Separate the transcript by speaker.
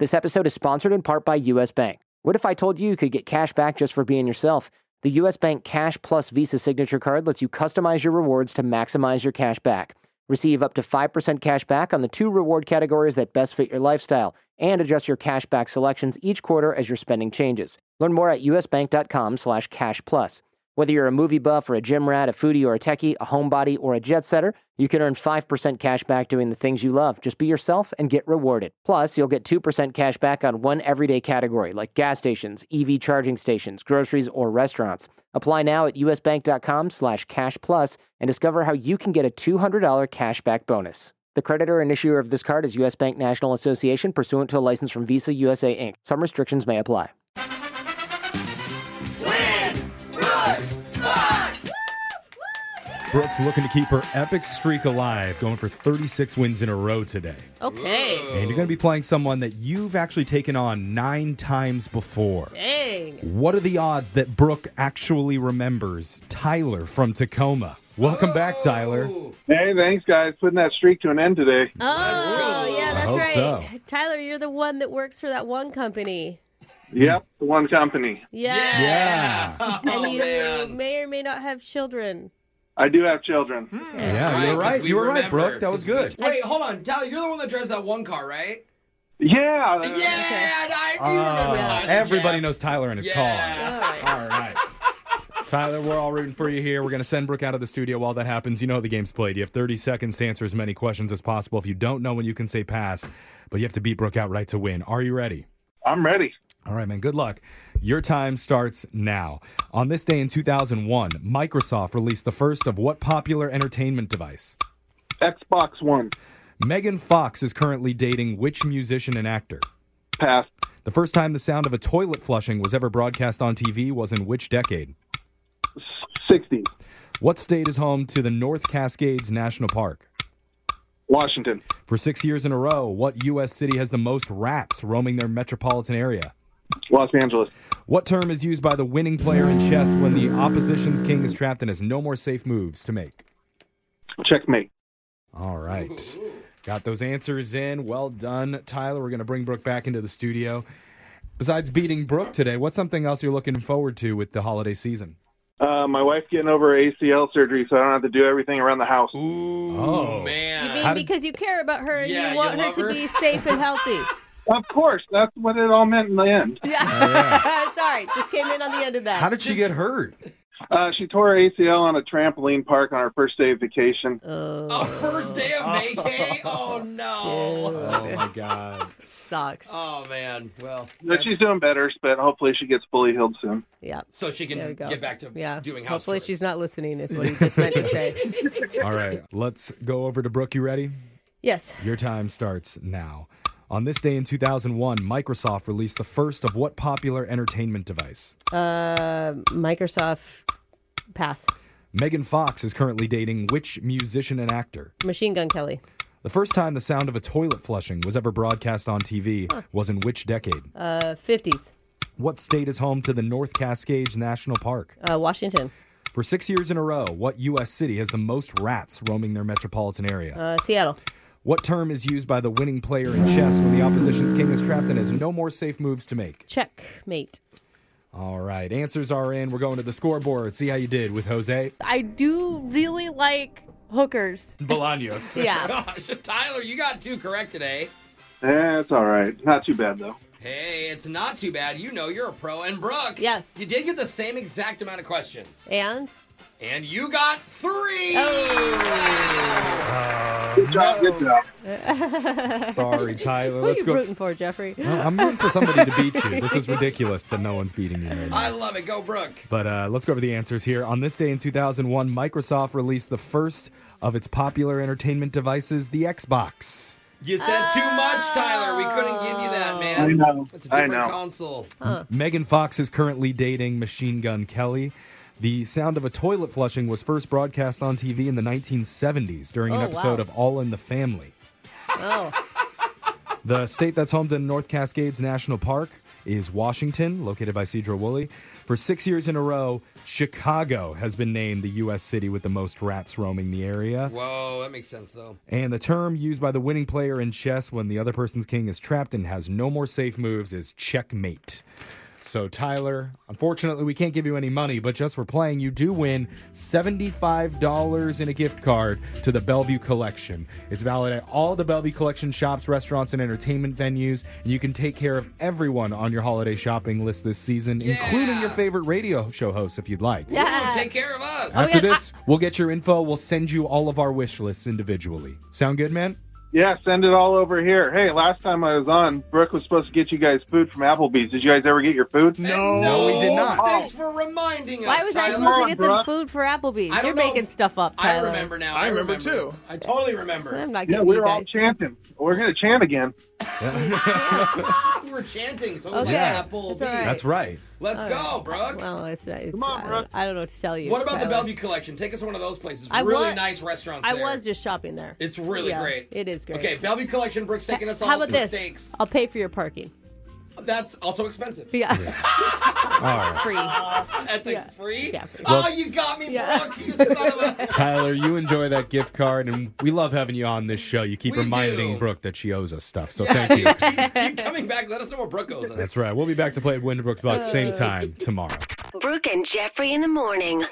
Speaker 1: This episode is sponsored in part by US Bank. What if I told you you could get cash back just for being yourself? The US Bank Cash Plus Visa Signature Card lets you customize your rewards to maximize your cash back. Receive up to 5% cash back on the two reward categories that best fit your lifestyle and adjust your cash back selections each quarter as your spending changes. Learn more at usbank.com slash cash plus. Whether you're a movie buff or a gym rat, a foodie or a techie, a homebody or a jet setter, you can earn 5% cash back doing the things you love. Just be yourself and get rewarded. Plus, you'll get 2% cash back on one everyday category like gas stations, EV charging stations, groceries, or restaurants. Apply now at usbank.com slash cash plus and discover how you can get a $200 cash back bonus. The creditor and issuer of this card is U.S. Bank National Association pursuant to a license from Visa USA Inc. Some restrictions may apply.
Speaker 2: Brooks looking to keep her epic streak alive, going for 36 wins in a row today.
Speaker 3: Okay.
Speaker 2: And you're going to be playing someone that you've actually taken on nine times before.
Speaker 3: Dang.
Speaker 2: What are the odds that Brooke actually remembers Tyler from Tacoma? Welcome back, Tyler.
Speaker 4: Oh.
Speaker 5: Hey, thanks, guys. Putting that streak to an end today.
Speaker 3: Oh, yeah, that's
Speaker 2: hope
Speaker 3: right.
Speaker 2: so.
Speaker 3: Tyler, you're the one that works for that one company.
Speaker 5: Yep, the one company.
Speaker 3: Yeah.
Speaker 2: Yeah.
Speaker 4: Oh,
Speaker 3: And you may or may not have children.
Speaker 5: I do have children.
Speaker 4: Hmm.
Speaker 2: Yeah, you were right. You were right, Brooke. That was good.
Speaker 4: Wait, hold on, Tyler. You're the one that drives that one car, right?
Speaker 5: Yeah.
Speaker 4: Yeah, I do remember
Speaker 2: Ah,
Speaker 4: Tyler.
Speaker 2: everybody
Speaker 4: Uh, yeah.
Speaker 2: knows Tyler and his
Speaker 4: Yeah.
Speaker 3: All
Speaker 2: car.
Speaker 3: right.
Speaker 2: All right. Tyler, we're all rooting for you here. We're going to send Brooke out of the studio while that happens. You know how the game's played. You have 30 seconds to answer as many questions as possible. If you don't know when you can say pass, but you have to beat Brooke outright to win. Are you ready?
Speaker 5: I'm ready.
Speaker 2: All right, man. Good luck. Your time starts now. On this day in 2001, Microsoft released the first of what popular entertainment device?
Speaker 5: Xbox One.
Speaker 2: Megan Fox is currently dating which musician and actor?
Speaker 5: Pass.
Speaker 2: The first time the sound of a toilet flushing was ever broadcast on TV was in which decade?
Speaker 5: 60.
Speaker 2: What state is home to the North Cascades National Park?
Speaker 5: Washington.
Speaker 2: For six years in a row, what U.S. city has the most rats roaming their metropolitan area?
Speaker 5: Los Angeles.
Speaker 2: What term is used by the winning player in chess when the opposition's king is trapped and has no more safe moves to make?
Speaker 5: Checkmate.
Speaker 2: All right. Got those answers in. Well done, Tyler. We're going to bring Brooke back into the studio. Besides beating Brooke today, what's something else you're looking forward to with the holiday season?
Speaker 5: Uh, my wife's getting over ACL surgery, so I don't have to do everything around the house.
Speaker 4: Ooh,
Speaker 2: Oh.
Speaker 4: man.
Speaker 3: You mean
Speaker 2: How did-
Speaker 3: because you care about her and
Speaker 4: Yeah,
Speaker 3: you
Speaker 4: you
Speaker 3: want her
Speaker 4: love
Speaker 3: to
Speaker 4: her.
Speaker 3: be safe and healthy.
Speaker 5: Of course, that's what it all meant in the end.
Speaker 3: Sorry, just came in on the end of that.
Speaker 2: How did she get hurt?
Speaker 5: Uh, she tore her ACL on a trampoline park on her first day of vacation.
Speaker 4: A first day of vacay? Oh, no.
Speaker 2: Oh, my God.
Speaker 3: Sucks.
Speaker 4: Oh, man. Well,
Speaker 5: But she's doing better, but hopefully she gets fully healed soon.
Speaker 3: yeah.
Speaker 4: so she
Speaker 3: There we
Speaker 4: can
Speaker 3: go.
Speaker 4: get back to
Speaker 3: yeah.
Speaker 4: doing house
Speaker 3: Hopefully
Speaker 4: chores.
Speaker 3: she's not listening is what he just meant to say.
Speaker 2: All right. Let's go over to Brooke. You ready?
Speaker 3: Yes.
Speaker 2: Your time starts now. On this day in 2001, Microsoft released the first of what popular entertainment device?
Speaker 3: Uh, Microsoft pass.
Speaker 2: Megan Fox is currently dating which musician and actor?
Speaker 3: Machine Gun Kelly.
Speaker 2: The first time the sound of a toilet flushing was ever broadcast on TV was in which decade?
Speaker 3: Uh, 50s.
Speaker 2: What state is home to the North Cascades National Park?
Speaker 3: Uh, Washington.
Speaker 2: For six years in a row, what U.S. city has the most rats roaming their metropolitan area?
Speaker 3: Uh, Seattle.
Speaker 2: what term is used by the winning player in chess when the opposition's king is trapped and has no more safe moves to make?
Speaker 3: Checkmate.
Speaker 2: All right, answers are in. We're going to the scoreboard. See how you did with Jose
Speaker 6: I do really like hookers.
Speaker 2: Bolaños.
Speaker 3: Yeah.
Speaker 4: Gosh, Tyler, you got two correct today.
Speaker 5: Eh, it's all right. Not too bad, though.
Speaker 4: Hey, it's not too bad. You know you're a pro. And Brooke,
Speaker 3: Yes.
Speaker 4: you did get the same exact amount of questions,
Speaker 3: and
Speaker 4: and you got three.
Speaker 3: Oh.
Speaker 5: Good job. Good job.
Speaker 2: Sorry, Tyler.
Speaker 3: what are
Speaker 2: Let's
Speaker 3: you
Speaker 2: go.
Speaker 3: rooting for, Jeffrey?
Speaker 2: Well, I'm rooting for somebody to beat you. This is ridiculous that no one's beating you right now.
Speaker 4: I love it. Go, Brooke.
Speaker 2: But uh, let's go over the answers here. On this day in 2001, Microsoft released the first of its popular entertainment devices, the Xbox.
Speaker 4: You said too much, Tyler. We couldn't give you that, man.
Speaker 5: I know.
Speaker 4: It's a
Speaker 5: I
Speaker 4: different
Speaker 5: know.
Speaker 4: console.
Speaker 2: Megan Fox is currently dating Machine Gun Kelly. The sound of a toilet flushing was first broadcast on TV in the 1970s during an
Speaker 3: Oh,
Speaker 2: episode
Speaker 3: wow.
Speaker 2: of All in the Family.
Speaker 3: oh.
Speaker 2: The state that's home to North Cascades National Park is Washington, located by Cedro Woolley. For six years in a row, Chicago has been named the U.S. city with the most rats roaming the area.
Speaker 4: Whoa, that makes sense though.
Speaker 2: And the term used by the winning player in chess when the other person's king is trapped and has no more safe moves is checkmate. So, Tyler, unfortunately, we can't give you any money, but just for playing, you do win $75 in a gift card to the Bellevue Collection. It's valid at all the Bellevue Collection shops, restaurants, and entertainment venues, and you can take care of everyone on your holiday shopping list this season, including your favorite radio show hosts if you'd like.
Speaker 3: Uh,
Speaker 4: Ooh, take care of us.
Speaker 2: After this, we'll get your info. We'll send you all of our wish lists individually. Sound good, man?
Speaker 5: Yeah, send it all over here. Hey, last time I was on, Brooke was supposed to get you guys food from Applebee's. Did you guys ever get your food? Oh,
Speaker 4: No,
Speaker 2: No, we did not.
Speaker 4: Thanks for reminding us.
Speaker 3: Why was I
Speaker 4: Tyler.
Speaker 3: supposed to
Speaker 5: on,
Speaker 3: get them
Speaker 5: bruh.
Speaker 3: food for
Speaker 4: I
Speaker 3: Applebee's?
Speaker 4: don't
Speaker 3: You're
Speaker 4: know.
Speaker 3: making stuff up,
Speaker 4: I
Speaker 3: Tyler.
Speaker 4: remember now.
Speaker 7: I
Speaker 4: I
Speaker 7: remember
Speaker 4: remember,
Speaker 7: too.
Speaker 4: I totally remember.
Speaker 3: I'm not
Speaker 5: Yeah,
Speaker 3: getting
Speaker 5: we
Speaker 3: you
Speaker 5: were all
Speaker 3: guys.
Speaker 5: chanting. We're gonna chant again.
Speaker 4: We were chanting, so it was
Speaker 3: Okay.
Speaker 4: like Apple.
Speaker 3: It's all
Speaker 4: Beats.
Speaker 3: right.
Speaker 2: That's right.
Speaker 4: Let's go, Brooks.
Speaker 3: Well, it's, it's
Speaker 5: Come on,
Speaker 3: I,
Speaker 5: Brooke.
Speaker 3: don't, I don't know what to tell you.
Speaker 4: what about the
Speaker 3: Tyler.
Speaker 4: Bellevue Collection? Take us to one of those places.
Speaker 3: I
Speaker 4: really
Speaker 3: was-
Speaker 4: nice restaurants.
Speaker 3: I
Speaker 4: there.
Speaker 3: was just shopping there.
Speaker 4: It's really
Speaker 3: Yeah,
Speaker 4: great.
Speaker 3: It is great.
Speaker 4: Okay, Bellevue Collection. Brooks taking us all
Speaker 3: How about
Speaker 4: for
Speaker 3: this?
Speaker 4: steaks.
Speaker 3: I'll pay for your parking.
Speaker 4: That's also expensive.
Speaker 3: Yeah,
Speaker 2: All right.
Speaker 3: free.
Speaker 4: That's
Speaker 3: Yeah.
Speaker 4: free.
Speaker 3: Yeah, free.
Speaker 4: oh, you got me,
Speaker 3: Yeah.
Speaker 4: Brooke. You son of a.
Speaker 2: Tyler, you enjoy that gift card, and we love having you on this show. You keep
Speaker 4: We
Speaker 2: reminding
Speaker 4: do.
Speaker 2: Brooke that she owes us stuff, so
Speaker 4: Yeah,
Speaker 2: thank you.
Speaker 4: Keep, keep coming back. Let us know what Brooke owes us. Uh.
Speaker 2: That's right. We'll be back to play at Winterbrook Bucks same time tomorrow.
Speaker 8: Brooke and Jeffrey in the morning.